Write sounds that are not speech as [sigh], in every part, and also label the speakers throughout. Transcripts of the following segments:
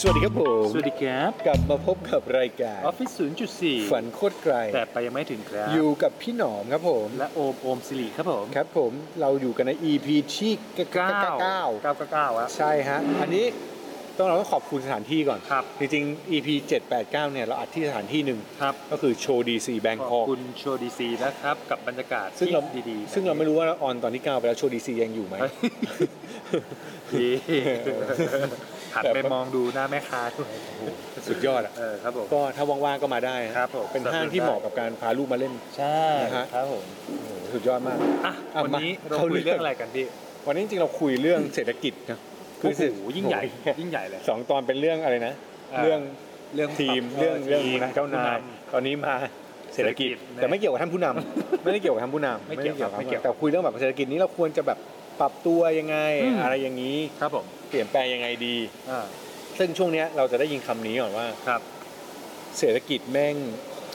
Speaker 1: สวัสดีครับผม
Speaker 2: สวัสดีครับ
Speaker 1: กลับมาพบกับรายการ
Speaker 2: ออฟฟิศ0.4
Speaker 1: ฝันโคตรไกล
Speaker 2: แต่ไปยังไม่ถึงครับ
Speaker 1: อยู่กับพี่หนอมครับผม
Speaker 2: และโอม โอมสิริครับผม
Speaker 1: ครับผมเราอยู่กันใน EP ที่
Speaker 2: เก้า
Speaker 1: เก้า
Speaker 2: เก้าเก้าเก้าอะ
Speaker 1: ใช่ฮะ อันนี้ต้องเราต้องขอบคุณสถานที่ก่อน
Speaker 2: ครับ
Speaker 1: จริงๆ EP 789 เนี่ย เราอัดที่สถานที่หนึ่ง
Speaker 2: ครับ
Speaker 1: ก็คือโชว์ดีซีแบง
Speaker 2: ขอ
Speaker 1: คอบ ก
Speaker 2: คุณโชว์ดีซีนะครับ กับบรรยากาศ
Speaker 1: ซึ่งเรา
Speaker 2: ที่ดี
Speaker 1: ซึ่งเราไม่รู้ว่าออนตอนที่ 9 ไปแล้วโชว์ดีซียังอยู่ไหม
Speaker 2: ดี
Speaker 1: เออ
Speaker 2: หันไปมองดูหน้าแม่ค้าด้วย
Speaker 1: สุดยอดอ่ะ
Speaker 2: เออครับผม
Speaker 1: ก็ถ้าว่างๆก็มาได้ฮะ
Speaker 2: ครับผม
Speaker 1: เป็นห้างที่เหมาะกับการพาลูกมาเล่น
Speaker 2: ใช่
Speaker 1: นะฮะ
Speaker 2: ครับผม
Speaker 1: โอ้โหสุดยอดมาก
Speaker 2: อ่ะ
Speaker 1: อ่ะ
Speaker 2: วันนี้
Speaker 1: มา
Speaker 2: เรา
Speaker 1: เข้า
Speaker 2: คุย
Speaker 1: เรื่
Speaker 2: เรื่
Speaker 1: อ
Speaker 2: อง งอะไรกันพี่
Speaker 1: วันนี้จริงๆเราคุยเรื่องเศรษฐกิจนะ
Speaker 2: โอ้โหยิ่งใหญ่
Speaker 1: โอ้โ
Speaker 2: ยิ่งใหญ่เลย
Speaker 1: สองตอนเป็นเรื่องอะไรนะ
Speaker 2: อ่า
Speaker 1: เรื่อง
Speaker 2: เรื่อง
Speaker 1: ทีม
Speaker 2: ปรับ
Speaker 1: เรื่องเรื่อง
Speaker 2: ทีม
Speaker 1: เจ้านายตอนนี้มาเศรษฐกิจ
Speaker 2: เศรษฐกิจนะ
Speaker 1: แต่ไม่เกี่ยวกับท่านผู้นำ ไม่ได้เกี่ยวกับท่านผู้นำ
Speaker 2: ไม่เกี่ยวครับ
Speaker 1: ด้
Speaker 2: ไม่เกี่ยว
Speaker 1: แต่คุยเรื่องแบบเศรษฐกิจนี้เราควรจะแบบปรับตัวยังไง
Speaker 2: อืม
Speaker 1: อะไรอย่างนี้
Speaker 2: ครับผม
Speaker 1: เปลี่ยนแปลงยังไงดี
Speaker 2: อ่า
Speaker 1: ซึ่งช่วงเนี้ยเราจะได้ยินคำนี้ก่อนว่า
Speaker 2: ครับ
Speaker 1: เศรษฐกิจแม่ง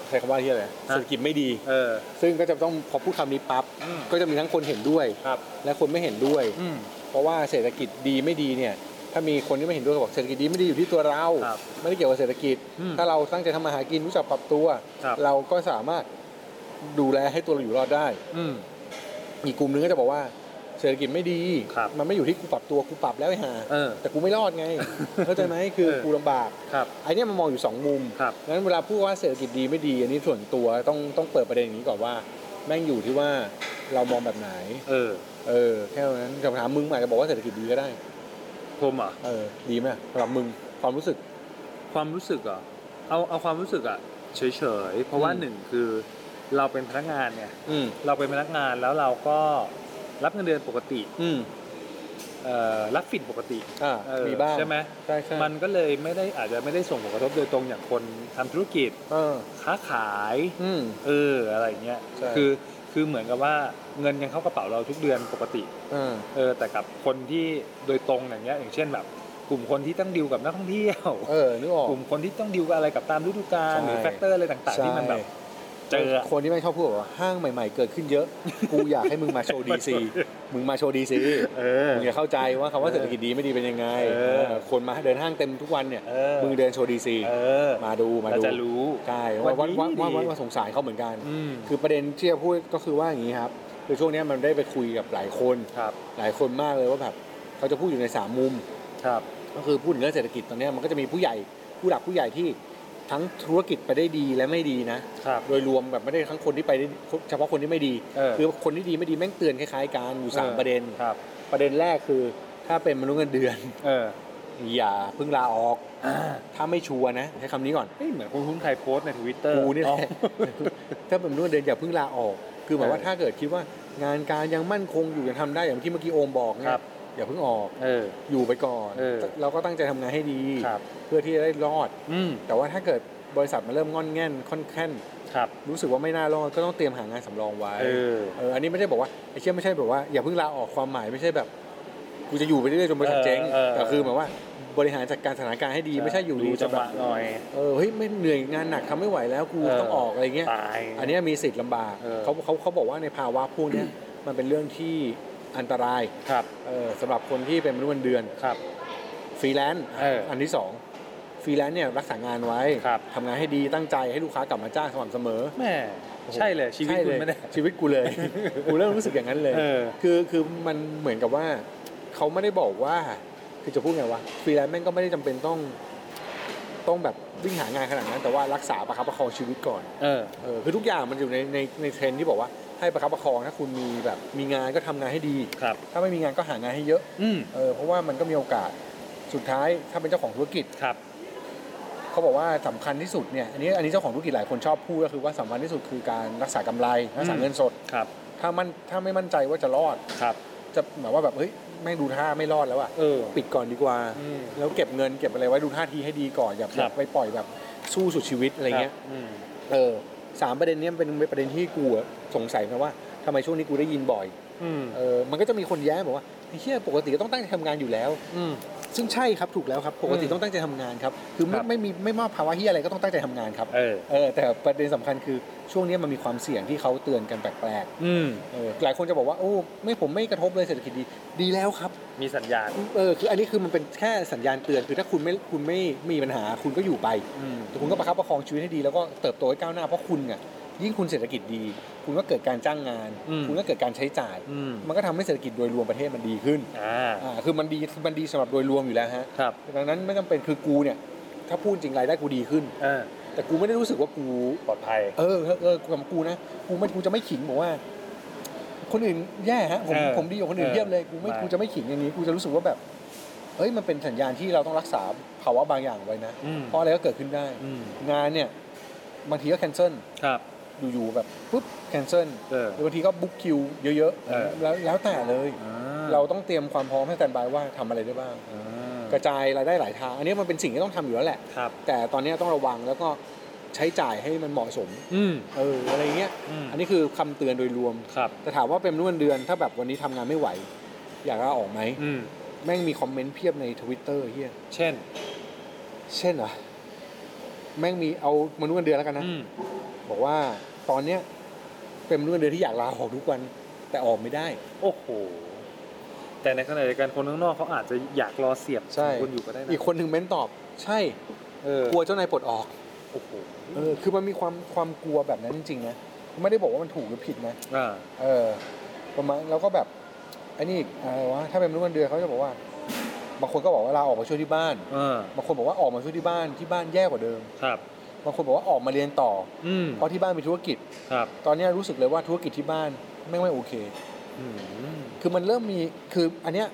Speaker 1: ใช้คำว่าที่อะไรเศรษฐกิจไม่ดี
Speaker 2: เออ
Speaker 1: ซึ่งก็จะต้องพอพูดคำนี้ปั๊บ
Speaker 2: อืม
Speaker 1: ก็จะมีทั้งคนเห็นด้วย
Speaker 2: ครับ
Speaker 1: และคนไม่เห็นด้วย
Speaker 2: อืม
Speaker 1: เพราะว่าเศรษฐกิจดีไม่ดีเนี่ย ถ้ามีคนที่ไม่เห็นด้วยก็บอกเศรษฐกิจดีไม่ดีอยู่ที่ตัวเรา
Speaker 2: ครับ
Speaker 1: ไม่ได้เกี่ยวกับเศรษฐกิจ
Speaker 2: อืม
Speaker 1: ถ้าเราตั้งใจทำมาหากินรู้จักปรับตัว
Speaker 2: ครับ
Speaker 1: เราก็สามารถดูแลให้ตัวเราอยู่รอดได้
Speaker 2: อืม
Speaker 1: อีกกลุ่มหนึงก็จะบอกว่าเศรษฐกิจไม่ดี
Speaker 2: ครับ
Speaker 1: มันไม่อยู่ที่กูปรับตัวกูปรับแล้วไอ้ห่า
Speaker 2: เออ
Speaker 1: แต่กูไม่รอดไง เข้าใจไหมคือ
Speaker 2: เออ
Speaker 1: กูลำบาก
Speaker 2: ครับ
Speaker 1: ไอ้เนี่ยมันมองอยู่สองมุม
Speaker 2: ครับ
Speaker 1: งั้นเวลาพูดว่าเศรษฐกิจดีไม่ดี อันนี้ส่วนตัวต้องต้องเปิดประเด็นอย่างนี้ก่อนว่า แม่งอยู่ที่ว่าเรามองแบบไหน
Speaker 2: เออ
Speaker 1: เออแค่นั้นคำถามมึงอาจจะบอกว่าเศรษฐกิจดีก็ได้
Speaker 2: ผมเหรอ่ะ
Speaker 1: เออดีไหมสำหรับมึงความรู้สึก
Speaker 2: ความรู้สึกเหรอ่ะเอาเอาความรู้สึกอ่ะเฉยๆ เพราะว่า
Speaker 1: อืม
Speaker 2: หนึ่งคือเราเป็นพนักงานเนี่ย
Speaker 1: อืม
Speaker 2: เราเป็นพนักงานแล้วเราก็รับเงินเดือนปกติ
Speaker 1: อืม
Speaker 2: เอ่อรับฟินปกติ
Speaker 1: อ่า
Speaker 2: เออ
Speaker 1: มีบ้าง
Speaker 2: ใช่ไหม
Speaker 1: ใช่ใช่
Speaker 2: มันก็เลยไม่ได้อาจจะไม่ได้ส่งผลกระทบโดยตรงอย่างคนทำธุรกิจ
Speaker 1: เออ
Speaker 2: ค้าขาย
Speaker 1: อืม
Speaker 2: เอออะไรอย่างเงี้ย
Speaker 1: ใช่
Speaker 2: คือคือเหมือนกับว่าเงินยังเข้ากระเป๋าเราทุกเดือนปกติ
Speaker 1: เออ
Speaker 2: เออแต่กับคนที่โดยตรงอย่างเงี้ยอย่างเช่นแบบกลุ่มคนที่ต้องดิวกับนักท่องเที่ยว
Speaker 1: เออนึกออก
Speaker 2: กลุ่มคนที่ต้องดิวกับอะไรกับตามฤดูกาล
Speaker 1: ใช่
Speaker 2: หรือแฟกเตอร์อะไรต่าง
Speaker 1: ใช่
Speaker 2: ๆที่มันแบบเจออะ
Speaker 1: คนที่ไม่ชอบพูดว่าห้างใหม่ ๆ เกิดขึ้นเยอะ กูอยากให้มึงมาโชว์ดีซีมึงมาโชว์ดีซี
Speaker 2: เออ
Speaker 1: มึงจะเข้าใจว่าคำว่าเศรษฐกิจดีไม่ดีเป็นยังไง
Speaker 2: เออ
Speaker 1: เออคนมาเดินห้างเต็มทุกวันเนี่ย
Speaker 2: เออ
Speaker 1: มึงเดินโชว์ดีซี
Speaker 2: เออ
Speaker 1: มาดูมา
Speaker 2: เรา
Speaker 1: ดู
Speaker 2: จะรู้
Speaker 1: ใช่ว่าว่าว่าว่าว่าว่าสงสารเขาเหมือนกัน
Speaker 2: อืม
Speaker 1: คือประเด็นที่จะพูดก็คือว่าอย่างนี้ครับคือช่วงเนี้ยมันได้ไปคุยกับหลายคน
Speaker 2: ครับ
Speaker 1: หลายคนมากเลยว่าแบบเขาจะพูดอยู่ในสามมุม
Speaker 2: ครับ
Speaker 1: ก็คือพูดถึงเรื่องเศรษฐกิจตอนเนี้ยมันก็จะมีผู้ใหญ่ผู้หลักผู้ใหญ่ที่ทั้งธุรกิจไปได้ดีและไม่ดีนะ
Speaker 2: ครับ
Speaker 1: โดยรวมแบบไม่ได้ทั้งคนที่ไปได้เฉพาะคนที่ไม่ดี
Speaker 2: เออ
Speaker 1: คือคนที่ดีไม่ดีแม่งเตือนคล้ายๆกันอยู่สามประเด็น
Speaker 2: ครับ
Speaker 1: ประเด็นแรกคือ ถ้าเป็นมนุษย์เงินเดือน
Speaker 2: เออ
Speaker 1: อย่าเพิ่งลาออก ถ้าไม่ชัวร์นะใช้คำนี้ก่อน
Speaker 2: เฮ้ยเหมือนคุณคุ้นใครโพสต์ในทวิตเตอร์
Speaker 1: กูนี่แหละ [laughs] ถ้าเป็นมนุษย์เงินเดือนอย่าเพิ่งลาออก คือหมายว่า
Speaker 2: เออ
Speaker 1: ถ้าเกิดคิดว่างานการยังมั่นคงอยู่ยังทำได้อย่างที่เมื่อกี้โอมบอกเนี่
Speaker 2: ครั
Speaker 1: ย
Speaker 2: บ
Speaker 1: อย่าเพิ่งออก
Speaker 2: เออ
Speaker 1: อยู่ไปก่อน
Speaker 2: เออ
Speaker 1: เราก็ตั้งใจทำงานให้ดี
Speaker 2: ครับ
Speaker 1: เพื่อที่จะได้รอด
Speaker 2: อืม
Speaker 1: แต่ว่าถ้าเกิดบริษัทมันเริ่มงอนแง่นค่อนแค้น
Speaker 2: ครับ
Speaker 1: รู้สึกว่าไม่น่ารอดก็ต้องเตรียมหางานสำรองไว้
Speaker 2: เออ
Speaker 1: เอออันนี้ไม่ได้บอกว่าไอ้เชี่ยไม่ใช่แบบว่าอย่าเพิ่งลาออกความหมายไม่ใช่แบบกูจะอยู่ไปเรื่อยๆจนบริษัทเจ๊งแต่คือหมายว่าบริหารจัดการสถานการณ์ให้ดีไม่ใช่อยู่
Speaker 2: ดู
Speaker 1: ดี
Speaker 2: จั
Speaker 1: จะ
Speaker 2: งห
Speaker 1: แบ
Speaker 2: วะ
Speaker 1: บ
Speaker 2: หน่อย
Speaker 1: เออเฮ้ยไม่เหนื่อยงานหนักทำไม่ไหวแล้วกู
Speaker 2: เออ
Speaker 1: ต้องออกอะไรเงี้ย
Speaker 2: ตาย
Speaker 1: อันเนี้ยมีสิทธิ์ลำบาก
Speaker 2: เออ
Speaker 1: เขาเขาเขาบอกว่าในภาวะพวกเนี้ยมันเป็นเรื่องที่อันตราย
Speaker 2: ครับ
Speaker 1: เออสำหรับคนที่เป็นมนุษย์เงินเดือน
Speaker 2: ครับ
Speaker 1: ฟรีแลนซ์
Speaker 2: เอออั
Speaker 1: อันที่สองฟรีแลนซ์เนี่ยรักษางานไว้
Speaker 2: ครับ
Speaker 1: ทำงานให้ดีตั้งใจให้ลูกค้ากลับมาจ้างสม่ำเสมอ
Speaker 2: แม่ใช่เลยชีวิตคุณไม่ได้
Speaker 1: ใช่เลยชีวิตกูเลย
Speaker 2: [laughs]
Speaker 1: กูเริ่มรู้สึกอย่างนั้นเลย
Speaker 2: เออ
Speaker 1: คือคือมันเหมือนกับว่า เขาไม่ได้บอกว่า คือจะพูดไงวะฟรีแลนซ์แม่งก็ไม่ได้จำเป็นต้อง ต้องแบบวิ่งหางานขนาดนั้น แต่ว่ารักษาประคับประคองชีวิตก่อน
Speaker 2: เออ
Speaker 1: เออคือทุกอย่างมันอยู่ในในในเทรนด์ที่บอกว่าให้ประคับประคองถ้าคุณมีแบบ มีงานก็ทำงานให้ดี
Speaker 2: ครับ
Speaker 1: ถ้าไม่มีงานก็หางานให้เยอะ
Speaker 2: อืม
Speaker 1: เออเพราะว่ามันก็มีโอกาสสุดท้ายถ้าเป็นเจ้าของธุรกิจ
Speaker 2: ครับ
Speaker 1: เขาบอกว่าสำคัญที่สุดเนี่ยอันนี้อันนี้เจ้าของธุรกิจหลายคนชอบพูดก็คือว่าสำคัญที่สุดคือการรักษากำไรรักษา
Speaker 2: อืม
Speaker 1: เงินสด
Speaker 2: ครับ
Speaker 1: ถ้ามันถ้าไม่มั่นใจว่าจะรอด
Speaker 2: ครับ
Speaker 1: จะแบบว่าแบบเฮ้ยไม่งดูท่าไม่รอดแล้วอะ
Speaker 2: เออ
Speaker 1: ปิดก่อนดีกว่า
Speaker 2: อืม
Speaker 1: แล้วเก็บเงินเก็บอะไรไว้ดูท่าทีให้ดีก่อนอย่า
Speaker 2: ครับ
Speaker 1: ไปปล่อยแบบ สู้สุดชีวิตอะไรเงี้ย
Speaker 2: อืม
Speaker 1: เออสามประเด็นเนี้ยมันเป็นประเด็นที่กูอะสงสัยนะว่าทำไมช่วงนี้กูได้ยินบ่อย
Speaker 2: อืม
Speaker 1: เออมันก็จะมีคนแย้งบอกว่าไอ้เฮียปกติก็ต้องตั้งใจทำงานอยู่แล้ว
Speaker 2: อืม
Speaker 1: ซึ่งใช่ครับถูกแล้วครับ ปกติต้องตั้งใจทำงานครับ คือ
Speaker 2: ค
Speaker 1: ไม่
Speaker 2: รับ
Speaker 1: ไม่มีไม่ว่าภาวะเฮียอะไรก็ต้องตั้งใจทำงานครับ
Speaker 2: เออ
Speaker 1: เออแต่ประเด็นสำคัญคือช่วงนี้มันมีความเสี่ยงที่เขาเตือนกันแปลก
Speaker 2: อืม
Speaker 1: ๆเออหลายคนจะบอกว่าโอ้ไม่ผมไม่กระทบเลยเศรษฐกิจดีดีแล้วครับ
Speaker 2: มีสัญญาณ
Speaker 1: เออคืออันนี้คือมันเป็นแค่สัญญาณเตือนคือถ้าคุณไม่คุณไม่มีปัญหาคุณก็อยู่ไป
Speaker 2: อืม
Speaker 1: แต่คุณก็ประคับประคองชีวิตให้ดีแล้วก็เติบโตให้ก้าวหน้าเพราะคุณไงยิ่งคุณเศรษฐกิจดี คุณก็เกิดการจ้างงาน
Speaker 2: อืม
Speaker 1: คุณก็เกิดการใช้จ่าย
Speaker 2: อืม
Speaker 1: มันก็ทำให้เศรษฐกิจโดยรวมประเทศมันดีขึ้น
Speaker 2: อ่า
Speaker 1: อ่าคือมันดีมันดีสำหรับโดยรวมอยู่แล้วฮะ
Speaker 2: ครับ
Speaker 1: ดังนั้นไม่จำเป็นคือกูเนี่ย ถ้าพูดจริงรายได้กูดีขึ้น
Speaker 2: เออ
Speaker 1: แต่กูไม่ได้รู้สึกว่ากู
Speaker 2: ปลอดภัย
Speaker 1: เออเออเออกับกูนะกูไม่กูจะไม่ขิงบอกว่า คนอื่นแย่ฮะผม
Speaker 2: เออ
Speaker 1: ผมดีกว่าคนอื่น
Speaker 2: เออ
Speaker 1: เทียบเลยกูไม่
Speaker 2: ไม่
Speaker 1: กูจะไม่ขิงอย่างนี้กูจะรู้สึกว่าแบบเอ้ยมันเป็นสัญญาณที่เราต้องรักษาภาวะบางอย่างไว้นะ
Speaker 2: อืม
Speaker 1: เพราะอะไรก็เกิดขึ้นได้
Speaker 2: อืม
Speaker 1: งานเนี่ยบางทีก็แคนเซิล
Speaker 2: ครับ
Speaker 1: อยู่ๆแบบปุ๊บแคนเซิล
Speaker 2: เออ
Speaker 1: หรือบางทีก็บุ๊กคิวเยอะ
Speaker 2: เออ
Speaker 1: ๆแล้วแล้วแต่เลย เราต้องเตรียมความพร้อมให้แตนบายว่าทำอะไรได้บ้าง
Speaker 2: อ่าก
Speaker 1: ระจายรายได้หลายทาง อันนี้มันเป็นสิ่งที่ต้องทำอยู่แล้วแหละ
Speaker 2: ครับ
Speaker 1: แต่ตอนนี้ต้องระวังแล้วก็ใช้จ่ายให้มันเหมาะสม
Speaker 2: อืม
Speaker 1: เอออะไรเงี้ย
Speaker 2: อืม
Speaker 1: อันนี้คือคำเตือนโดยรวม
Speaker 2: ครับ
Speaker 1: แต่ถามว่าเป็นมนุษย์เงินเดือนถ้าแบบวันนี้ทำงานไม่ไหว อยากลาออกไหม
Speaker 2: อืม
Speaker 1: แม่งมีคอมเมนต์เพียบในทวิตเตอร์เฮีย
Speaker 2: เช่น
Speaker 1: เช่นเหรอะแม่งมีเอามนุษย์เงินเดือนแล้วกันนะ
Speaker 2: อืม
Speaker 1: บอกว่าตอนเนี้ยเป็นมนุษย์เงินเดือนที่อยากลาออกทุกวันแต่ออกไม่ได้
Speaker 2: โอ้โห แต่ในขณะเดียวกันคนข้างนอกเขาอาจจะอยากรอเสียบ
Speaker 1: ใช่
Speaker 2: คนอยู่ก็ได้นะ
Speaker 1: อีกคนหนึ่งเม้นตอบ ใช่
Speaker 2: เออก
Speaker 1: ลัวเจ้านายปลดออก
Speaker 2: โอ้โห
Speaker 1: เออคือมันมีความความกลัวแบบนั้นจริงๆนะไม่ได้บอกว่ามันถูกหรือผิดนะ
Speaker 2: อ่า
Speaker 1: เออประมาณแล้วก็แบบไอ้นี่อีกอะไรวะถ้าเป็นมนุษย์เงินเดือนเขาจะบอกว่าบางคนก็บอกว่าลาออกมาช่วยที่บ้าน
Speaker 2: เออบ
Speaker 1: างคนบอกว่าออกมาช่วยที่บ้านที่บ้านแย่กว่าเดิม
Speaker 2: ครับ
Speaker 1: บางคนบอกว่าออกมาเรียนต่อ
Speaker 2: อืม
Speaker 1: เพราะที่บ้านมีธุรกิจ
Speaker 2: ครับ
Speaker 1: ตอนเนี้ยรู้สึกเลยว่าธุรกิจที่บ้านไม่งไม่โอเค
Speaker 2: อืม
Speaker 1: คือมันเริ่มมีคืออันเนี้ย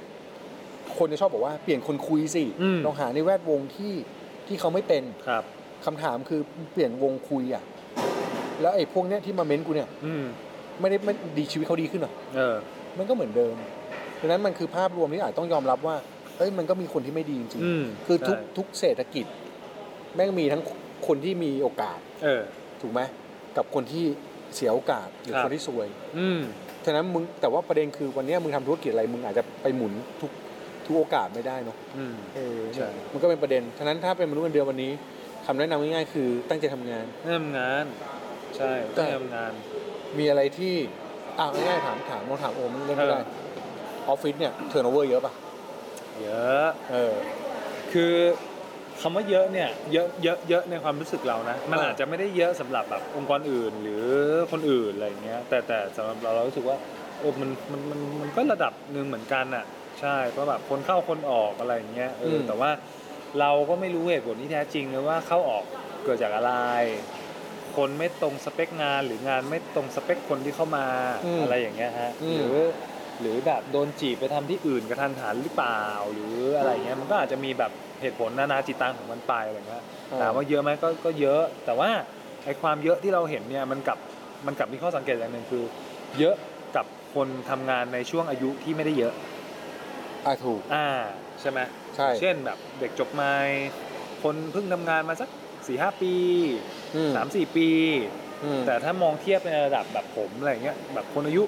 Speaker 1: คนจะชอบบอกว่าเปลี่ยนคนคุยสิ
Speaker 2: อืม
Speaker 1: ลองหาในแวดวงที่ที่เขาไม่เป็น
Speaker 2: ครับ
Speaker 1: คำถามคือเปลี่ยนวงคุยอ่ะแล้วไอ้พวกเนี้ยที่มาเม้นกูเนี่ย
Speaker 2: อืม
Speaker 1: ไม่ได้ไม่ดีชีวิตเขาดีขึ้นหรอ
Speaker 2: เออ
Speaker 1: มันก็เหมือนเดิมดังนั้นมันคือภาพรวมที่อาจต้องยอมรับว่าเอ้ยมันก็มีคนที่ไม่ดีจริง
Speaker 2: อืม
Speaker 1: ๆคือทุก
Speaker 2: ใช่
Speaker 1: ทุกเศรษฐกิจ แม่งมีทั้งคนที่มีโอกาส
Speaker 2: เออ
Speaker 1: ถูกไหมกับคนที่เสียโอกาสหรือ
Speaker 2: ครับ
Speaker 1: คนที่ซวย
Speaker 2: อืม
Speaker 1: ฉะนั้นมึงแต่ว่าประเด็นคือวันเนี้ยมึงทำธุรกิจอะไรมึงอาจจะไปหมุนทุกทุกโอกาสไม่ได้เนาะ
Speaker 2: อืม
Speaker 1: เออ
Speaker 2: ใช่
Speaker 1: มันก็เป็นประเด็น ฉะนั้นถ้าเป็นมนุษย์เงินเดือนวันนี้คำแนะนำง่ายๆคือตั้งใจทำงาน
Speaker 2: เริ่มงาน ใช่
Speaker 1: แต่
Speaker 2: เริ่มงาน
Speaker 1: มีอะไรที่อ่ะง่ายๆถามถามลองถามโอมเรื่องไม่ได้
Speaker 2: เอ
Speaker 1: ออฟฟิศเนี่ยเทอร์โนเวอร์เยอะป่ะ
Speaker 2: เยอะ
Speaker 1: เออ
Speaker 2: คือคำว่าเยอะเนี่ยเยอะเยอะเยอะในความรู้สึกเรานะมัน
Speaker 1: เอออ
Speaker 2: อาจจะไม่ได้เยอะสำหรับแบบองค์กรอื่น หรือคนอื่นอะไรอย่างเงี้ย แต่แต่สำหรับเราเรารู้สึกว่าเออมันมันมันมันก็ระดับหนึ่งเหมือนกันอ่ะ ใช่ก็แบบคนเข้าคนออกอะไรอย่างเงี้ยเอออแต่ว่าเราก็ไม่รู้เหตุผลที่แท้จริงเลยว่าเข้าออกเกิดจากอะไร คนไม่ตรงสเปคงานหรืองานไม่ตรงสเปคคนที่เข้ามา
Speaker 1: อืม
Speaker 2: อะไรอย่างเงี้ยฮะ
Speaker 1: อื
Speaker 2: ห
Speaker 1: ม
Speaker 2: รือหรือแบบโดนจีบไปทำที่อื่นกระทันหันหรือเปล่า หรืออะไรเงี้ยมันก็อาจจะมีแบบเหตุผลนานาจิตตังของมันไปอะไรเงี้ยถามว่าเยอะไหมก็ก็เยอะ แต่ว่าไอความเยอะที่เราเห็นเนี่ยมันกลับมันกลับมีข้อสังเกตอย่างหนึ่งคือ เยอะกับคนทำงานในช่วงอายุที่ไม่ได้เยอะ
Speaker 1: อ่ะถูก
Speaker 2: อ่าใช่ไหม
Speaker 1: ใช่
Speaker 2: เช่นแบบเด็กจบใหม่คนเพิ่งทำงานมาสักสี่ห้าปี
Speaker 1: อืม
Speaker 2: สามสี่ปี
Speaker 1: อืม
Speaker 2: แต่ถ้ามองเทียบในระดับแบบผมอะไรเงี้ยแบบคนอายุ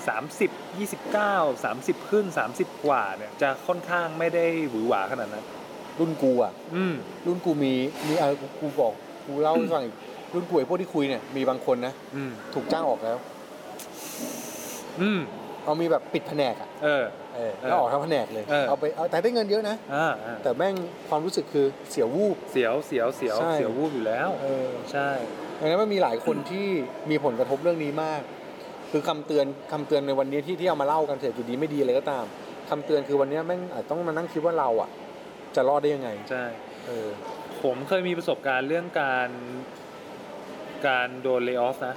Speaker 2: 30 29 30 ขึ้น 30 กว่าเนี่ยจะค่อนข้างไม่ได้หวือหวาขนาดนั้น
Speaker 1: รุ่นกูอ่ะ
Speaker 2: อืม
Speaker 1: รุ่นกูมีมีเออกูกูบอกกูเล่าให้ฟังอีกรุ่นกูไอ้พวกที่คุยเนี่ยมีบางคนนะ
Speaker 2: อืม
Speaker 1: ถูกจ้างออกแล้ว
Speaker 2: อืม
Speaker 1: เอามีแบบปิดแผนกอ่ะ
Speaker 2: เออ
Speaker 1: เออแล้วออกทั้งแผนกเลย
Speaker 2: เออ
Speaker 1: เอาไปเอาแต่ได้เงินเยอะนะ
Speaker 2: อ่าอ่า
Speaker 1: แต่แม่งความรู้สึกคือเสียวูบ
Speaker 2: เสียวเสียวเสียว
Speaker 1: ใช่
Speaker 2: เสียววูบอยู่แล้ว
Speaker 1: เออ
Speaker 2: ใช่
Speaker 1: ดังนั้นมันมีหลายคนที่มีผลกระทบเรื่องนี้มาก คือคำเตือนคำเตือนในวันนี้ที่ที่เอามาเล่ากันเศรษฐกิจดีไม่ดีอะไรก็ตามคำเตือนคือวันนี้แม่งอาจต้องมานั่งคิดว่าเราอ่ะ จะรอดได้ยังไง
Speaker 2: ใช่
Speaker 1: เออ
Speaker 2: ผมเคยมีประสบการณ์เรื่องการการโดนเล y o ออฟนะ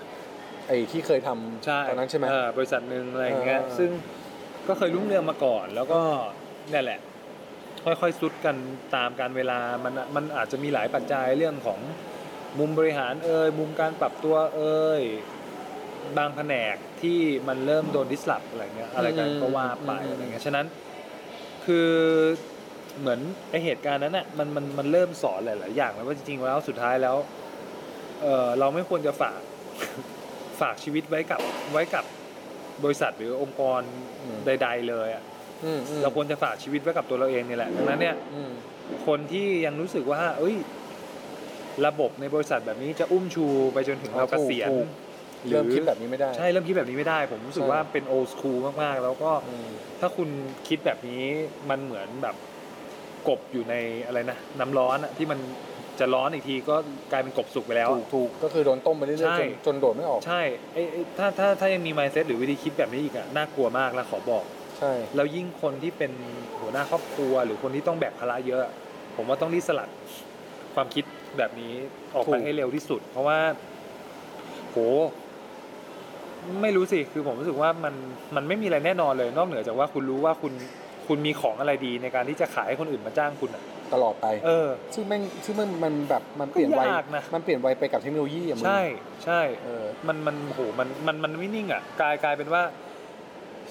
Speaker 1: ไอ้ที่เคยทำ
Speaker 2: ใช่
Speaker 1: ตอนนั้นใช่ไหม
Speaker 2: เออบริษัทหนึ่งอะไรอย่างเงี้ย
Speaker 1: เออ
Speaker 2: ซึ่งก็เคยรุ่งเรืองมาก่อน แล้วก็เนี่ยแหละ ค่อยๆซุดกันตามการเวลามันมันอาจจะมีหลายปัจจัยเรื่องของมุมบริหารเอ่ยมุมการปรับตัวเอ่ยบางแผนกที่มันเริ่มโดนดิสลอฟอะไรเงี้ยอะไรกันก็ว่าไปอะไรเงี้ยฉะนั้นคือ เหมือนไอเหตุการณ์นั้นอ่ะมันมันมันเริ่มสอนหลาย ๆ อย่างแล้วว่าจริง ๆ แล้วสุดท้ายแล้วเออเราไม่ควรจะฝาก [laughs] ฝากชีวิตไว้กับไว้กับบริษัทหรือองค์กร
Speaker 1: อืม
Speaker 2: ใด ๆ เลยอ่ะ
Speaker 1: อืมอืม
Speaker 2: เราควรจะฝากชีวิตไว้กับตัวเราเองนี่แหละดังนั้นเนี่ย
Speaker 1: อืม
Speaker 2: คนที่ยังรู้สึกว่า เอ้ย ระบบในบริษัทแบบนี้จะอุ้มชูไปจนถึงเราเกษียณ
Speaker 1: ถูก
Speaker 2: หอ
Speaker 1: เริ่มคิดแบบนี้ไม่ได้
Speaker 2: ใช่เริ่มคิดแบบนี้ไม่ได้ ผมรู้สึก
Speaker 1: ใช่
Speaker 2: ว่าเป็นโอ h o ู l มากๆ แล้วก็
Speaker 1: อืม
Speaker 2: ถ้าคุณคิดแบบนี้มันเหมือนแบบกบอยู่ในอะไรนะ น้ำร้อนอะที่มันจะร้อนอีกทีก็กลายเป็นกบสุกไปแล้ว
Speaker 1: ถู
Speaker 2: อะ
Speaker 1: กถูกก็คือโดนต้มไปเรื่อย
Speaker 2: ใช่
Speaker 1: ๆจนจนโดดไม่ออก
Speaker 2: ใช่ไอ้ไอ้ถ้าถ้าถ้ายังมี mindset หรือวิธีคิดแบบนี้อีกอะน่ากลัวมากแล้วขอบอก
Speaker 1: ใช่
Speaker 2: แล้วยิ่งคนที่เป็นหัวหน้าครอบครัว หรือคนที่ต้องแบกภาระเยอะ ผมว่าต้องรีบสลัดความคิดแบบนี้ออกไปให้เร็วที่สุด เพราะว่า โห ไม่รู้สิ คือผมรู้สึกว่ามันมันไม่มีอะไรแน่นอนเลย นอกเหนือจากว่าคุณรู้ว่าคุณคุณมีของอะไรดีในการที่จะขายให้คนอื่นมาจ้างคุณอะ
Speaker 1: ตลอดไป
Speaker 2: เออ
Speaker 1: ซึ่งแม่งซึ่งมันมันแบบมันเปลี่ยนไวย
Speaker 2: ก็ยากนะ
Speaker 1: มันเปลี่ยนไวยไปกับเทคโนโลยีอ่ะมึง
Speaker 2: ใช่ ใช่
Speaker 1: เออ
Speaker 2: มันมันโหมันมันมันไม่นิ่งอ่ะกลายกลายเป็นว่า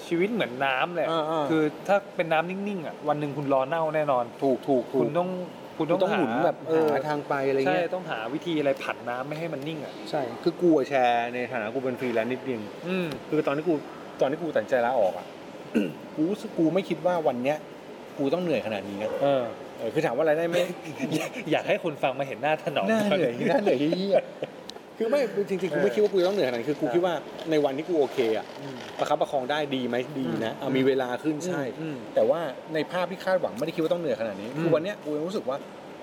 Speaker 2: ชีวิตเหมือนน้ำเลย
Speaker 1: อ่าๆ
Speaker 2: คือถ้าเป็นน้ำนิ่งๆอ่ะวันหนึ่งคุณรอเน่าแน่นอน
Speaker 1: ถูกถูกถู
Speaker 2: คุ
Speaker 1: ก
Speaker 2: ณต้องคุณ
Speaker 1: คุณ
Speaker 2: ต้
Speaker 1: ต้
Speaker 2: อ
Speaker 1: อง งหมุนแบบ
Speaker 2: เออ
Speaker 1: หาทางไปอะไร
Speaker 2: ใช่
Speaker 1: เงี้ย
Speaker 2: ต้องหาวิธีอะไรผันน้ำไม่ให้มันนิ่งอ่ะ
Speaker 1: ใช่คือกูอะแชร์ในฐานะกูเป็นฟรีแลนซ์นิดนึง
Speaker 2: อืม
Speaker 1: คือตอนที่กูตอนที่กูตัดสินใจลาออกอ่ะ [coughs] กูรู้สึกกูไม่คิดว่าวันเนี้ย กูต้องเหนื่อยขนาดนี้นะ
Speaker 2: เออ
Speaker 1: เออคือถามว่าราย [laughs] ได้ไหม
Speaker 2: อยากให้คนฟังมาเห็นหน้าถนอม
Speaker 1: หน้าเหนื่อยหน้าเหนื่อยเยี่ย [laughs] คือไม่จริงๆกูไม่คิดว่ากูจะต้องเหนื่อยขนาดนั้นคือกูคิดว่าในวันที่กูโอเคอ่ะ
Speaker 2: อืม
Speaker 1: ประคับประคองได้ดีไหมดีนะ
Speaker 2: อืม
Speaker 1: เอามีเวลาขึ้นใช่
Speaker 2: อืม
Speaker 1: แต่ว่าในภาพที่คาดหวังไม่ได้คิดว่าต้องเหนื่อยขนาดนี้
Speaker 2: อืม
Speaker 1: คือวันเนี้ยกูยังรู้สึกว่า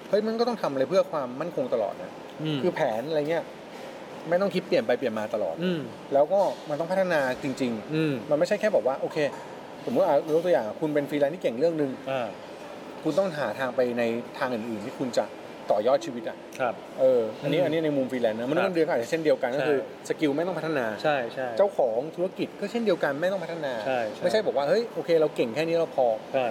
Speaker 1: เฮ้ยมันก็ต้องทำอะไรเพื่อความมั่นคงตลอดนะ
Speaker 2: อืม
Speaker 1: คือแผนอะไรเงี้ยไม่ต้องคิดเปลี่ยนไปเปลี่ยนมาตลอด
Speaker 2: อืม
Speaker 1: แล้วก็มันต้องพัฒนาจริง ๆ
Speaker 2: อืม
Speaker 1: มันไม่ใช่แค่บอกว่าโอเคสมมติอ่ะยกตัวอย่างอ่ะคุณเป็นฟรีแลนซ์ที่เก่งเรื่องหนึ่ง
Speaker 2: อ่า
Speaker 1: คุณต้องหาทางไปในทางอื่นๆ ที่คุณจะต่อยอดชีวิตอ่ะ
Speaker 2: ครับ
Speaker 1: เอออันนี้
Speaker 2: อืม
Speaker 1: อันนี้ในมุมฟรีแลนซ์นะมันษย์
Speaker 2: ครั
Speaker 1: เงิ
Speaker 2: บ
Speaker 1: นเดือนก็อาจจะเช่นเดียวกันก็คือ
Speaker 2: ใช่
Speaker 1: สกิลไม่ต้องพัฒนา
Speaker 2: ใช่ใช่
Speaker 1: เจ้าของธุรกิจก็เช่นเดียวกันไม่ต้องพัฒนา
Speaker 2: ใช่ใช่
Speaker 1: ไม่ใช่บอกว่าเฮ้ยโอเคเราเก่งแค่นี้เราพอ
Speaker 2: ใช่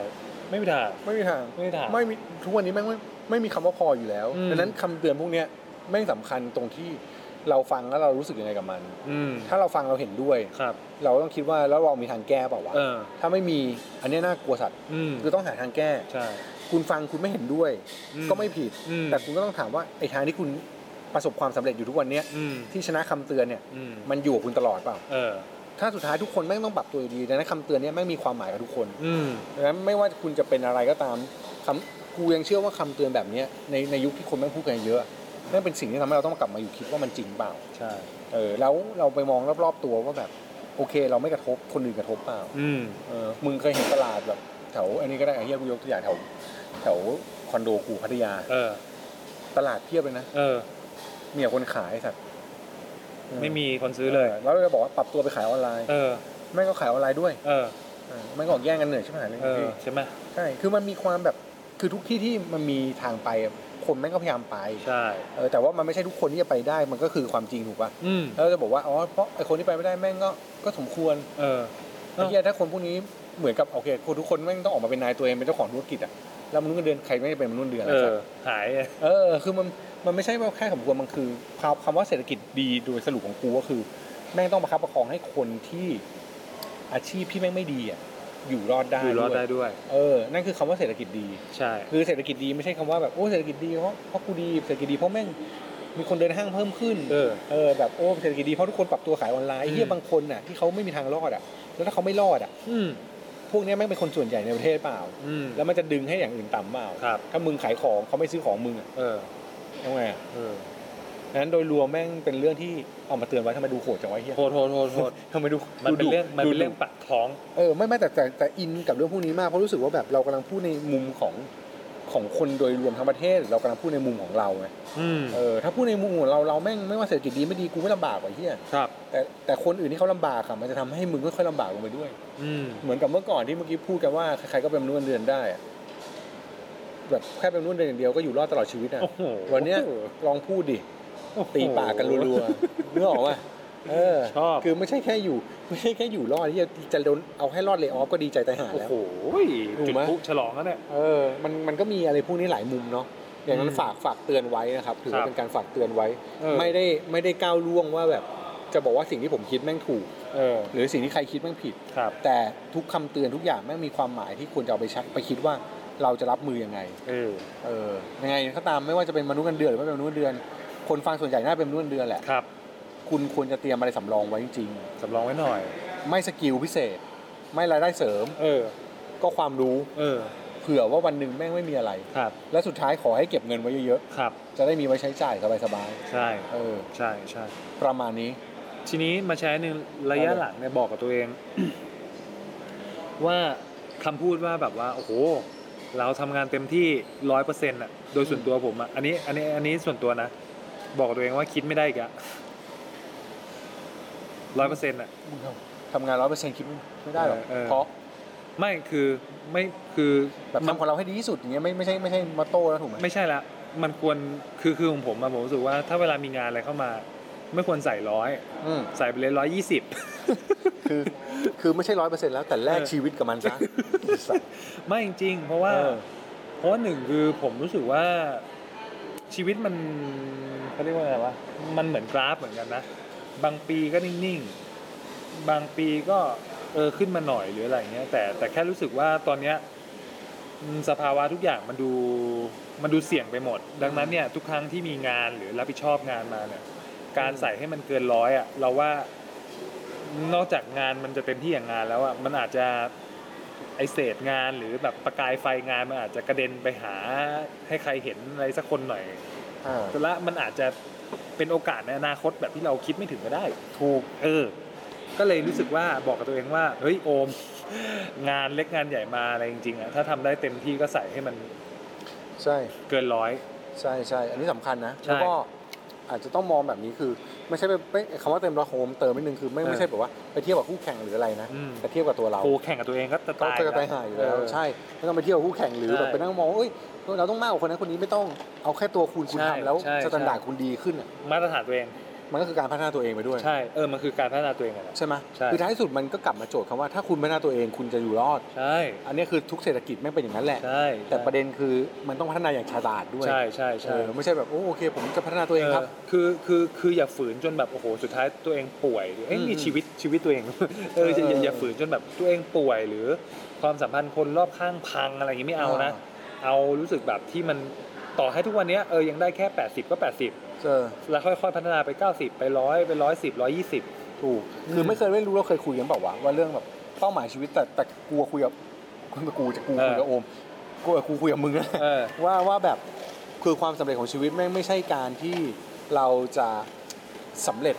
Speaker 2: ไม่มีทาง
Speaker 1: ไม่มีทาง
Speaker 2: ไม่มีทาง
Speaker 1: ไม่มีทุกวันนี้แม่งไม่ไม่มีคำว่าพออยู่แล้ว
Speaker 2: อืม
Speaker 1: ดังนั้นคำเตือนพวกเนี้ยแม่งสำคัญตรงที่เราฟังแล้วเรารู้สึกยังไงกับมัน
Speaker 2: อืม
Speaker 1: ถ้าเราฟังเราเห็นด้วย
Speaker 2: ครับ
Speaker 1: เราต้องคิดว่าแล้วเรามีทางแก้เปล่าวะ
Speaker 2: เออ
Speaker 1: ถ้าไม่มีอันเนี้ยน่ากลัวสัตว
Speaker 2: อืม
Speaker 1: คือต้องหาทางแก้
Speaker 2: ใช่
Speaker 1: คุณฟังคุณไม่เห็นด้วย
Speaker 2: อื
Speaker 1: ก็ไม่ผิด
Speaker 2: อืม
Speaker 1: แต่คุณก็ต้องถามว่าไอ้ทางที่คุณประสบความสำเร็จอยู่ทุกวันเนี้ย
Speaker 2: อืม
Speaker 1: ที่ชนะคำเตือนเนี่ย
Speaker 2: อืม
Speaker 1: มันอยู่กับคุณตลอดเปล่า
Speaker 2: เออ
Speaker 1: ถ้าสุดท้ายทุกคนแม่งต้องปรับตัวอยู่ดีดังนั้นคำเตือนเนี่ยแม่งมีความหมายกับทุกคน
Speaker 2: อืม
Speaker 1: ดังนั้นไม่ว่าคุณจะเป็นอะไรก็ตามคำกูยังเชื่อว่าคำเตือนแบบเนี้ยในในยุคที่คนแม่งพูดกันเยอะแม่งเป็นสิ่งที่ทำให้เราต้องกลับมาอยู่คิดว่ามันจริงเปล่า
Speaker 2: ใช่
Speaker 1: เออแล้วเราไปมองรอบๆตัวว่าแบบโอเค เราไม่กระทบคนอื่นกระทบเปล่า
Speaker 2: อืม
Speaker 1: เออมึงเคยเห็นตลาดแบบ แถวอันนี้ก็ได้ไอ้เฮียกูยกตัวอย่างแถวแถวคอนโดกูพัทยา
Speaker 2: เออ
Speaker 1: ตลาดเพียบเลยนะ
Speaker 2: เออ
Speaker 1: มีแต่คนขายไอ้สัตว์เออ
Speaker 2: ไม่มีคนซื้อเลย
Speaker 1: แล้วเราจะบอกว่าปรับตัวไปขายออนไลน์
Speaker 2: เออ
Speaker 1: แม่งก็ขายออนไลน์ด้วย
Speaker 2: เออ
Speaker 1: เออแม่งก็ออกแย่งกันเหนื่อยใช่ไหมเลย
Speaker 2: เออ ใช่ไหม
Speaker 1: ใช่คือมันมีความแบบคือทุกที่ที่มันมีทางไปอะคนแม่งก็พยายามไป
Speaker 2: ใช่
Speaker 1: เออแต่ว่ามันไม่ใช่ทุกคนที่จะไปได้มันก็คือความจริงถูกป่ะ
Speaker 2: อืม
Speaker 1: แล้วเราจะบอกว่าอ๋อเพราะไอ้คนที่ไปไม่ได้แม่งก็ก็สมควร
Speaker 2: เออ
Speaker 1: ไอ้เฮียถ้าคนพวกนี้เหมือนกับโอเคคนทุกคนแม่งต้องออกมาเป็นนายตัวเองเป็นเจ้าของธุรกิจอะแล้วมนุษย์เงินเดือนใครไม่ได้เป็นมนุษย์เงินเดือน
Speaker 2: เอ
Speaker 1: อะ
Speaker 2: อ หายอะ
Speaker 1: เออคือมันมันไม่ใช่ว่าแค่สมควรมันคือคำคำว่าเศรษฐกิจดีโดยสรุปของกูก็คือ แม่งต้องประคับประคองให้คนที่อาชีพที่แม่งไม่ดีอ่ะอยู่รอดได้
Speaker 2: อยู่รอดได้
Speaker 1: วย
Speaker 2: ด้วย
Speaker 1: เออนั่นคือคำว่าเศรษฐกิจดี
Speaker 2: ใช่
Speaker 1: คือเศรษฐกิจดีไม่ใช่คำว่าแบบโอ้เศรษฐกิจดีเพราะเพราะกูดีเศรษฐกิจดีเพราะแม่งมีคนเดินห้างเพิ่มขึ้น
Speaker 2: เออ
Speaker 1: เออแบบโอ้เศรษฐกิจดีเพราะทุกคนปรับตัวขายออนไลน์
Speaker 2: อืม
Speaker 1: เฮียบางคนน่ะที่เขาไม่มีทางรอดอ่ะ แล้วถ้าเขาไม่รอดอ่ะ
Speaker 2: อืม
Speaker 1: พวกเนี้ยแม่งเป็นคนส่วนใหญ่ในประเทศเปล่า
Speaker 2: อืม
Speaker 1: แล้วมันจะดึงให้อย่างอื่นต่ำเปล่า
Speaker 2: ครับ
Speaker 1: ถ้ามึงขายของเขาไม่ซื้อของมึงอ่ะ
Speaker 2: เออ
Speaker 1: ทำไงอ่ะ
Speaker 2: เออ
Speaker 1: นั้นโดยรวมแม่งเป็นเรื่องที่เอามาเตือนไว้ทำไมดูโหดจังวะเฮีย
Speaker 2: โทษโทษโทษโทษ
Speaker 1: ทำไมดู
Speaker 2: มันเป็น
Speaker 1: ดูดุ
Speaker 2: เรื่อง มันเป็นเรื่อง
Speaker 1: ดูดุ
Speaker 2: ปากท้อง
Speaker 1: เออไม่ไม่แต่แต่แต่อินกับเรื่องพวกนี้มากเพราะรู้สึกว่าแบบเรากำลังพูดในมุมของของคนโดยรวมทั้งประเทศ เรากำลังพูดในมุมของเราไง
Speaker 2: อืม
Speaker 1: เออถ้าพูดในมุมของเราเราแม่งไม่ว่าเศรษฐกิจดีไม่ดีกูไม่ลำบากว่ะเฮีย
Speaker 2: ครับ
Speaker 1: แต่แต่คนอื่นที่เขาลำบากอะมันจะทำให้มึงค่อยๆลำบากลงไปด้วย
Speaker 2: อืม
Speaker 1: เหมือนกับเมื่อก่อนที่เมื่อกี้พูดกันว่าใครๆก็เป็นมนุษย์เงินเดือนได้อะแบบแค่เป็นมนุษย์เงินเดือนอย่างเดียวก็อยู่รอดตลอดชีวิตอะ
Speaker 2: โอ้โห
Speaker 1: วันเนี้ยลองพูดดิ ตีปากกันรัวๆนึกออกป่ะเออ
Speaker 2: ชอบ
Speaker 1: คือไม่ใช่แค่อยู่ ไม่ใช่แค่อยู่รอดที่จะจะโดนเอาให้รอดเลยออฟก็ดีใจตายหา
Speaker 2: โอ้
Speaker 1: แล้ว
Speaker 2: โห
Speaker 1: ถู
Speaker 2: จุ
Speaker 1: ก
Speaker 2: ด
Speaker 1: ไหม
Speaker 2: พลุฉลองแล้วเนี่ย
Speaker 1: เออมันมันก็มีอะไรพวกนี้หลายมุมเนาะอย่างนั้น
Speaker 2: อืม
Speaker 1: ฝากฝากเตือนไว้นะครับถือ
Speaker 2: ครั
Speaker 1: ว่า
Speaker 2: บ
Speaker 1: เป็นการฝากเตือนไว้
Speaker 2: เออ
Speaker 1: ไม่ได้ไม่ได้ก้าวล่วงว่าแบบ จะบอกว่าสิ่งที่ผมคิดแม่งถูก
Speaker 2: เออ
Speaker 1: หรือสิ่งที่ใครคิดแม่งผิด
Speaker 2: ครับ
Speaker 1: แต่ทุกคำเตือนทุกอย่างแม่งมีความหมายที่ควรจะเอาไปชักไปคิดว่า เราจะรับมือยังไง
Speaker 2: เออ
Speaker 1: เออยังไงก็ตามไม่ว่าจะเป็นมนุษย์เงินเดือนหรือไม่เป็นมนุษย์เงินเดือน คนฟังส่วนใหญ่น่าเป็นมนุษย์เงินเดือนแหละ
Speaker 2: ครับ
Speaker 1: คุณควรจะเตรียมอะไรสำรองไว้จริง
Speaker 2: สำรองไว้หน่อย
Speaker 1: ๆ ไม่สกิลพิเศษ ไม่รายได้เสริม
Speaker 2: เออ
Speaker 1: ก็ความรู้
Speaker 2: เออ
Speaker 1: เผื่อว่าวันหนึ่งแม่งไม่มีอะไร
Speaker 2: ครับ
Speaker 1: และสุดท้ายขอให้เก็บเงินไว้เยอะ
Speaker 2: ครับ
Speaker 1: ๆ จะได้มีไว้ใช้จ่ายสบาย
Speaker 2: ใช่
Speaker 1: ๆ เออ
Speaker 2: ใช่ใช่
Speaker 1: ประมาณนี้
Speaker 2: ทีนี้มาแชร์หนึ่งระยะหลังเนี่ยบอกกับตัวเอง [coughs] ว่าคำพูดว่าแบบว่าโอ้โห เราทำงานเต็มที่ร้อยเปอร์เซ็นต์อ่ะโดยส่วนตัวผมอ่ะอันนี้อันนี้อันนี้ส่วนตัวนะ บอกกับตัวเองว่าคิดไม่ได้อีกอะ [coughs] ร้อยเปอร์เซ็นต์อ่ะ
Speaker 1: ทำงานร้อยเปอร์เซ็นต์คิดไม่ได้หรอก
Speaker 2: เออเออ
Speaker 1: เพราะ
Speaker 2: ไม่คือไม่คือ
Speaker 1: แบบ
Speaker 2: มัน
Speaker 1: ทำของเราให้ดีที่สุดอย่างเงี้ยไม่ไม่ใช่ไม่ใช่มอตโต้แล้วถูกไหม
Speaker 2: ไม่ใช่ละมันควรคือคือของผมอะผมรู้สึกว่าถ้าเวลามีงานอะไรเข้ามา ไม่ควรใส่ร้อย
Speaker 1: อืม
Speaker 2: ใส่ไปเลยร้อยยี่สิบ
Speaker 1: คือคือไม่ใช่ร้อยเปอร์เซ็นต์แล้วแต่แลก
Speaker 2: เออ
Speaker 1: ชีวิตกับมันซะ
Speaker 2: ไม่จริงๆเพราะว่า
Speaker 1: เออ
Speaker 2: เพราะว่าหนึ่งคือผมรู้สึกว่าชีวิตมันเขาเรียกว่าอะไรวะมันเหมือนกราฟเหมือนกันนะ บางปีก็นิ่งๆ บางปีก็เออขึ้นมาหน่อยหรืออะไรเงี้ยแต่แต่แค่รู้สึกว่าตอนเนี้ยอืมสภาวะทุกอย่างมันดูมันดูเสี่ยงไปหมด ดังนั้นเนี่ยทุกครั้งที่มีงานหรือรับผิดชอบงานมาเนี่ยการใส่ให้มันเกินร้อยอ่ะเราว่านอกจากงานมันจะเต็มที่อย่างงานแล้วอ่ะมันอาจจะ ไอเศษงานหรือแบบประกายไฟงานมันอาจจะกระเด็นไปหาให้ใครเห็นอะไรสักคนหน่อย
Speaker 1: อ่า
Speaker 2: และมันอาจจะเป็นโอกาสในอนาคตแบบที่เราคิดไม่ถึงก็ได้
Speaker 1: ถูก
Speaker 2: เออ ก็เลยรู้สึกว่าบอกกับตัวเองว่า เฮ้ยโอม [laughs] งานเล็กงานใหญ่มาอะไรจริงๆอะถ้าทำได้เต็มที่ก็ใส่ให้มัน
Speaker 1: ใช่
Speaker 2: เกินร้อย
Speaker 1: ใช่ใช่ อันนี้สำคัญนะ
Speaker 2: ใช่
Speaker 1: แล้วก็อาจจะต้องมองแบบนี้คือ ไม่ใช่ไปไม่คำว่าเต็มร้อยโฮมเติมนิดนึงคือไม่
Speaker 2: เออ
Speaker 1: ไม่ใช่แบบว่าไปเทียบกับคู่แข่งหรืออะไรนะ
Speaker 2: อืม
Speaker 1: แต่เทียบกับตัวเรา
Speaker 2: โคแข่งกับตัวเองก็จะ
Speaker 1: ก็
Speaker 2: ตาย
Speaker 1: จะกระตายหายอยู่แล้ว
Speaker 2: เออ
Speaker 1: ใช่ไม่ต้องไปเทียบกับคู่แข่งหรือ
Speaker 2: ใช่
Speaker 1: แบบไปนั่งมองว่าเอ้ยเราต้องมากกว่าคนนั้นคนนี้ไม่ต้องเอาแค่ตัวคุณคุณ
Speaker 2: ใช่
Speaker 1: ทำแล้ว
Speaker 2: ใช่
Speaker 1: สแตนดาร์ด
Speaker 2: ใช่
Speaker 1: คุณดีขึ้นอะ
Speaker 2: มาตรฐานตัวเอง
Speaker 1: มันก็คือการพัฒนาตัวเองไปด้วย
Speaker 2: ใช่เออมันคือการพัฒนาตัวเองอะนะ
Speaker 1: ใช่ไหม
Speaker 2: ใช่
Speaker 1: คือท้ายสุดมันก็กลับมาโจทย์คำว่าถ้าคุณพัฒนาตัวเองคุณจะอยู่รอด
Speaker 2: ใช่
Speaker 1: อันนี้คือทุกเศรษฐกิจแม่งเป็นอย่างนั้นแหละ
Speaker 2: ใช่
Speaker 1: แต่ประเด็นคือมันต้องพัฒนาอย่างฉลาดด้วย
Speaker 2: ใช่ใช่ใช่
Speaker 1: เออไม่ใช่แบบโอ้โอเค ผมจะพัฒนาตัวเองครับ
Speaker 2: เออคือคือคืออย่าฝืนจนแบบโอ้โหสุดท้ายตัวเองป่วยหรือเอ้ย
Speaker 1: อืม
Speaker 2: มีชีวิตชีวิตตัวเอง [laughs] เอออย่าอย่า
Speaker 1: เออ
Speaker 2: อย่าฝืนจนแบบตัวเองป่วย หรือความสัมพันธ์คนรอบข้างพังอะไรอย่างงี้ไม่เอานะ
Speaker 1: อ่
Speaker 2: เอารู้สึกแบบที่มันต่อให้ทุกวันเนี้ยเออยังได้แค่ 80 ก็ 80
Speaker 1: เออ
Speaker 2: แล้วค่อยๆพัฒนาไป 90 ไป 100 ไป 110 120
Speaker 1: ถูกคือไม่เคยไม่รู้เราเคยคุยกันเปล่าวะว่าเรื่องแบบเป้าหมายชีวิตแต่แต่กลัวคุยกับคุณกูจะกู
Speaker 2: เออ
Speaker 1: คุยกับโอมกูกูคุยกับมึงนะ
Speaker 2: เออ
Speaker 1: ว่าว่าแบบคือความสำเร็จของชีวิตแม่งไม่ใช่การที่เราจะสำเร็จ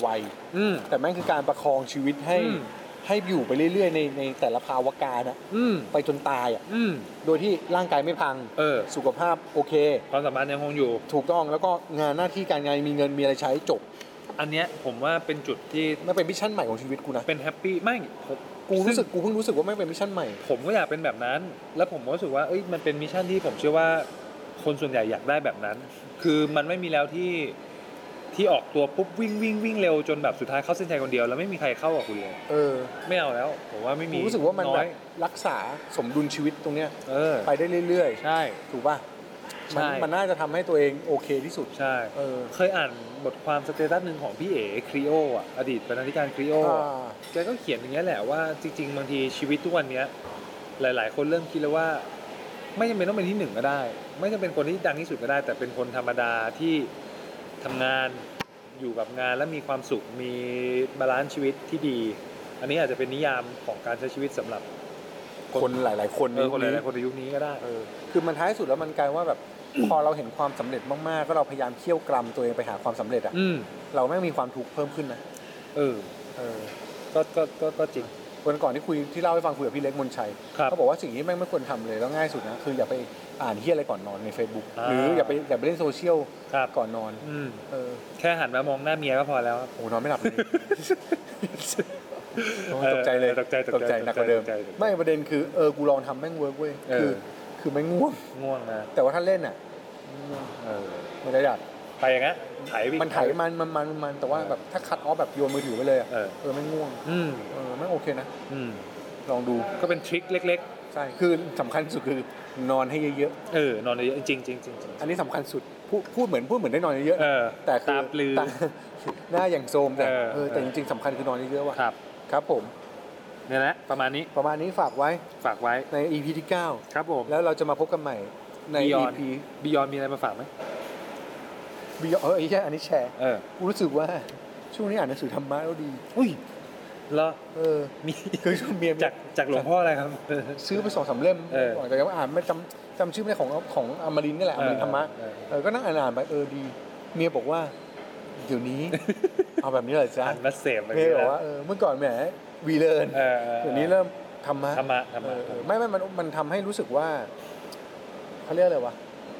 Speaker 1: ไว
Speaker 2: อืม
Speaker 1: ๆแต่แม่งคือการประคองชีวิตให้
Speaker 2: อืม
Speaker 1: ให้อยู่ไปเรื่อยๆในในแต่ละภาวะการอะ
Speaker 2: อืม
Speaker 1: ไปจนตายอะ
Speaker 2: อืม
Speaker 1: โดยที่ร่างกายไม่พัง
Speaker 2: เออ
Speaker 1: สุขภาพโอเค
Speaker 2: ความสัมพันธ์ยังคงอยู่
Speaker 1: ถูกต้องแล้วก็งานหน้าที่การงานมีเงินมีอะไรใช้จบ
Speaker 2: อันเนี้ยผมว่าเป็นจุดที่
Speaker 1: นั่นเป็นมิชชั่นใหม่ของชีวิตกูนะ
Speaker 2: เป็นแฮปปี้ไม่ผม
Speaker 1: กูรู้สึ
Speaker 2: ซึ่
Speaker 1: ก
Speaker 2: ง
Speaker 1: กูเพิ่งรู้สึกว่าแม่งเป็นมิชชั่นใหม่
Speaker 2: ผมก็อยากเป็นแบบนั้น แล้วผมก็รู้สึกว่าเอ้ยมันเป็นมิชชั่นที่ผมเชื่อว่าคนส่วนใหญ่อยากได้แบบนั้น คือมันไม่มีแล้วที่ที่ออกตัวปุ๊บวิ่งวิ่งวิ่งเร็วจนแบบสุดท้ายเข้าเส้นชัยคนเดียวแล้วไม่มีใครเข้ากับคุณเลย
Speaker 1: เออ
Speaker 2: ไม่เอาแล้ว ผมว่าไม่มี
Speaker 1: ผมรู้สึกว่ามัน
Speaker 2: น้
Speaker 1: แบ
Speaker 2: อบ ย
Speaker 1: รักษาสมดุลชีวิตตรงเนี้ย
Speaker 2: เออ
Speaker 1: ไปได้เรื่อย
Speaker 2: ใช่
Speaker 1: ๆ ถูกป่ะ
Speaker 2: ใช่
Speaker 1: มันมันน่าจะทำให้ตัวเองโอเคที่สุด
Speaker 2: ใช่
Speaker 1: เออ
Speaker 2: เคยอ่านบทความสเตตัสหนึ่งของพี่เอ๋ครีโออ่ะอดีตบรรณาธิการครีโอ
Speaker 1: อ่า
Speaker 2: แกก็เขียนอย่างนี้ยแหละว่าจริง ๆ บางทีชีวิตทุกวันเนี้ย หลาย ๆ คนเริ่มคิดแล้วว่า ไม่จำเป็นต้องเป็นที่หนึ่งก็ได้ ไม่จำเป็นคนที่ดังที่สุดก็ได้ แต่เป็นคนธรรมดาที่ทำงานอยู่กับงานและมีความสุขมีบาลานซ์ชีวิตที่ดี อันนี้อาจจะเป็นนิยามของการใช้ชีวิตสำหรับ
Speaker 1: คนหลาย ๆ คน
Speaker 2: เออคนหลายๆค
Speaker 1: คน
Speaker 2: นในยุคนี้ก็ได้
Speaker 1: เออคือมันท้ายสุดแล้วมันกลายว่าแบบ พอเราเห็นความสำเร็จมากๆ ก็เราพยายามเคี่ยวกรำตัวเองไปหาความสำเร็จอะ
Speaker 2: อืม
Speaker 1: เราแม่งมีความทุกข์เพิ่มขึ้นนะ
Speaker 2: เออ
Speaker 1: เออ
Speaker 2: ก็ก็ก็ก็จริง
Speaker 1: วันก่อนที่คุยที่เล่าให้ฟังคุยกับพี่เล็กมนชัย
Speaker 2: ครับ
Speaker 1: เขาบอกว่าสิ่งที่แม่งไม่ควรทำเลยแล้วง่ายสุดนะคืออย่าไปอ่านเฮียอะไรก่อนนอนใน Facebook
Speaker 2: อ่า
Speaker 1: หรืออย่าไปอย่าไปเล่นโซเชียล
Speaker 2: ครับ
Speaker 1: ก่อนนอน
Speaker 2: อืม
Speaker 1: เออ
Speaker 2: แค่หันมามองหน้าเมียก็พอแล้วครับ
Speaker 1: โอ้โหนอนไม่หลับเลยโอ้ยตกใจเลย
Speaker 2: ออตกใจ
Speaker 1: ตกใจหนักกว่าเดิม
Speaker 2: ตใจตกใจ
Speaker 1: ไม่ประเด็นคือ เออ กูลองทำแม่งเวิร์กเว้ย
Speaker 2: เออ
Speaker 1: คือ คือไม่ง่วง
Speaker 2: ง่วงนะ
Speaker 1: แต่ว่าถ้าเล่นอ่ะ เออ มันจะหยัด
Speaker 2: ไปอย่างนั้นไถป
Speaker 1: มันไถมันมันมันมัน แต่ว่าแบบถ้าคัดออฟแบบโยนมือถือไปเลยอะ
Speaker 2: เออ
Speaker 1: เออไม่ง่วง
Speaker 2: อืม
Speaker 1: เออไม่งโอเคนะ
Speaker 2: อืม
Speaker 1: ลองดู
Speaker 2: ก็เป็นทริคเล็ก
Speaker 1: ใช่ คือสำคัญที่สุดคือนอนให้เยอะ
Speaker 2: ๆ เออ นอนเยอะจริงๆจริงๆจริง
Speaker 1: ๆ อันนี้สำคัญสุด พูดพูดเหมือนพูดเหมือนได้นอนเยอะ
Speaker 2: ๆเอ
Speaker 1: ๆนะ
Speaker 2: อ
Speaker 1: แต่ [laughs] คือ
Speaker 2: ตาปลือ
Speaker 1: ตาหน้าอย่างโทรมแต่
Speaker 2: เออ
Speaker 1: เออแต่
Speaker 2: เอ
Speaker 1: จ
Speaker 2: อ
Speaker 1: ริงๆสำคัญคือนอนเยอะๆว่ะ
Speaker 2: ครับ
Speaker 1: ครับผม
Speaker 2: เนี่ยแหละประมาณนี้
Speaker 1: ประมาณนี้ฝากไว้
Speaker 2: ฝากไว้
Speaker 1: ใน EP ที่
Speaker 2: ครับผม
Speaker 1: 9 แล้วเราจะมาพบกันใหม่ใน
Speaker 2: Beyond
Speaker 1: EP
Speaker 2: Beyond มีอะไรมาฝากไหม
Speaker 1: บิยอนเออไอ้แค่อันนี้แชร์
Speaker 2: เออ
Speaker 1: กูรู้สึกว่าช่วงนี้อ่านหนังสือธรรมะแล้วดี
Speaker 2: อุ้ยเหรอ
Speaker 1: เออ
Speaker 2: มี [laughs]
Speaker 1: คือช่วงเมีย
Speaker 2: จากจากหลวงพ่ออะไรครับ [laughs]
Speaker 1: ซื้อไปสองสามเล่ม
Speaker 2: เออ
Speaker 1: ก่อนแต่ยังไม่อ่านไม่จำจำชื่อไม่ได้ของของอมรินทร์นี่แหละอมรินทร์ธรรมะ
Speaker 2: เออ
Speaker 1: เออก็นั่งอ่านอ่านไปเออดี เมียบอกว่า เดี๋ยวนี้
Speaker 2: [laughs]
Speaker 1: เอาแบบนี้เลยจ้ะ
Speaker 2: อ่านมาเสพอะไรอย่าง
Speaker 1: เมีย
Speaker 2: เงี้ย
Speaker 1: บอกว่าเออเมื่อก่อนแหมวีเลิร์น
Speaker 2: เออออ
Speaker 1: เดี๋ยวนี้เริ่มธรรมะ
Speaker 2: ธรรมะธรร
Speaker 1: เอ
Speaker 2: มะ
Speaker 1: อไม่ไม่มันมันทำให้รู้สึกว่าเขาเรียกอะไรวะ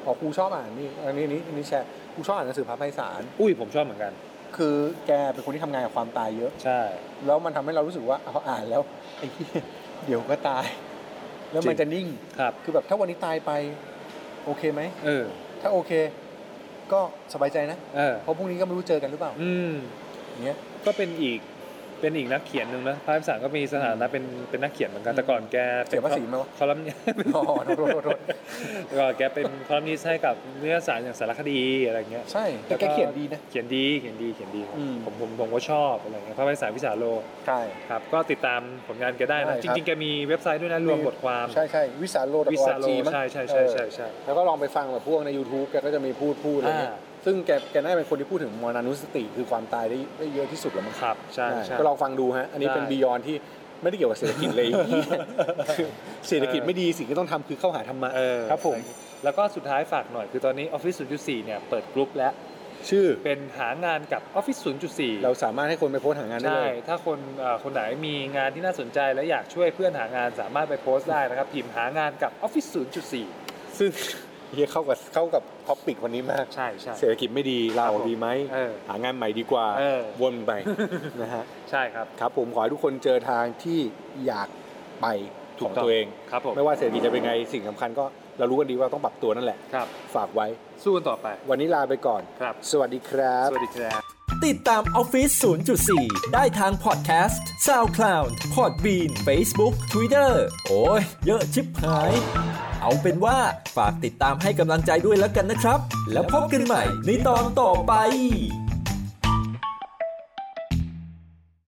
Speaker 1: อ๋อครูชอบอ่านนี่อันนี้อันนี้อันนี้แชร์ครูชอบอ่านหนังสือพระไพศาล
Speaker 2: อุ้ยผมชอบเหมือนกัน
Speaker 1: คือแกเป็นคนที่ทำงานกับความตายเยอะ
Speaker 2: ใช่
Speaker 1: แล้วมันทำให้เรารู้สึกว่าเอาอ่านแล้วไอ้เหี้ยเดี๋ยวก็ตาย แล้วมั
Speaker 2: จ
Speaker 1: น
Speaker 2: ริง
Speaker 1: จะนิ่ง
Speaker 2: ครับ
Speaker 1: คือแบบถ้าวันนี้ตายไป โอเคไหม
Speaker 2: เออ
Speaker 1: ถ้าโอเค ก็สบายใจนะ
Speaker 2: เออ
Speaker 1: เพราะพรุ่งนี้ก็ไม่รู้เจอกันหรือเปล่า
Speaker 2: อืม
Speaker 1: อย่างเงี้ย [laughs]
Speaker 2: ก็เป็นอีก เป็นอีกนักเขียนหนึ่งนะภาษาก็มีสถานะเป็น เป็นนักเขียนเหมือนกัน แต่ก่อนแกป็น
Speaker 1: เสียภาษีไหมวะ
Speaker 2: คอลัม [laughs] นิสต์
Speaker 1: อ๋อโทษโทษโทษ
Speaker 2: แต่ก่อนแกเป็นคอลัมนิสต์ให้กับนิตยสารอย่างสารคดีอะไรเงี้ย
Speaker 1: ใช่แต่แกเขียนดีนะ
Speaker 2: เขียนดี เขียนดี เขียนดีครับ
Speaker 1: อืม
Speaker 2: ผม ผม ผมก็ชอบอะไรเงี้ยพระภาษาวิสาโล
Speaker 1: ใช่
Speaker 2: ครับ ก็ติดตามผลงานแกได้
Speaker 1: ได้
Speaker 2: นะ
Speaker 1: ค
Speaker 2: จ
Speaker 1: รับ
Speaker 2: ริงๆ แกมีเว็บไซต์ด้วยนะ รวมบทความ
Speaker 1: ใช่ใช่วิสาโลด
Speaker 2: วิสาโล ใช่ใช่ใช่ใช่ใช่
Speaker 1: แล้วก็ลองไปฟังแบบพวกใน YouTube แกก็จะมีพูดพูดอะไรเงี้ย
Speaker 2: อ่า
Speaker 1: ซึ่งแกแกน่าจะเป็นคนที่พูดถึงมรณานุสติคือความตายได้ได้เยอะที่สุดแล้วมั้ง
Speaker 2: ครับ ใช่
Speaker 1: ได้
Speaker 2: ใช่
Speaker 1: ก็ลองฟังดูฮะ อันนี้เป็น
Speaker 2: ได้
Speaker 1: บียอนที่ไม่ได้เกี่ยวกับเศรษฐกิจ [laughs] เลยคือเศรษฐกิจไม่ดีสิ่งที่ต้องทำคือเข้าหาธรรมะ
Speaker 2: เออ
Speaker 1: ครับผม
Speaker 2: แล้วก็สุดท้ายฝากหน่อย คือตอนนี้ Office 0.4 เนี่ย เปิดกลุ่มแล้ว
Speaker 1: ชื่อ
Speaker 2: เป็นหางานกับ Office 0.4
Speaker 1: เราสามารถให้คนไปโพสต์หางานได้
Speaker 2: ใช่
Speaker 1: เลย
Speaker 2: ถ้าคนเอ่อคนไหนมีงานที่น่าสนใจและอยากช่วยเพื่อนหางานสามารถไปโพสต์ได้นะครับ พิมพ์หางานกับ Office 0.4
Speaker 1: ซึ่ง [laughs] เฮียเข้ากับเข้ากับท็อปิกวันนี้มาก
Speaker 2: ใช่ใช่
Speaker 1: เศรษฐกิจไม่ดี
Speaker 2: ค
Speaker 1: เรา
Speaker 2: รับผม
Speaker 1: ดีไหม
Speaker 2: เออ
Speaker 1: หางานใหม่ดีกว่า
Speaker 2: เออ
Speaker 1: วน
Speaker 2: [laughs]
Speaker 1: ไปนะฮะ
Speaker 2: ใช่ครับ
Speaker 1: ครับผมขอให้ทุกคนเจอทางที่อยากไป
Speaker 2: ถู
Speaker 1: ข
Speaker 2: ก
Speaker 1: อง
Speaker 2: ต้อง
Speaker 1: ตัวเอง
Speaker 2: ครับผม
Speaker 1: ไม่ว่าเศรษฐกิจจะเป็นไงสิ่งสำคัญก็เรารู้กันดีว่าต้องปรับตัวนั่นแหละ
Speaker 2: ครับ
Speaker 1: ฝากไว้
Speaker 2: สู้กันต่อไป
Speaker 1: วันนี้ลาไปก่อน
Speaker 2: ครับ
Speaker 1: สวัสดีครับ
Speaker 2: สวัสดีครับ
Speaker 3: ติดตามออฟฟิศ0.4 ได้ทางพอดแคสต์ SoundCloud Podbean Facebook Twitter โอ้ย เยอะชิบหาย เอาเป็นว่าฝากติดตามให้กำลังใจด้วยแล้วกันนะครับ แล้วพบกันใหม่ในตอนต่อไป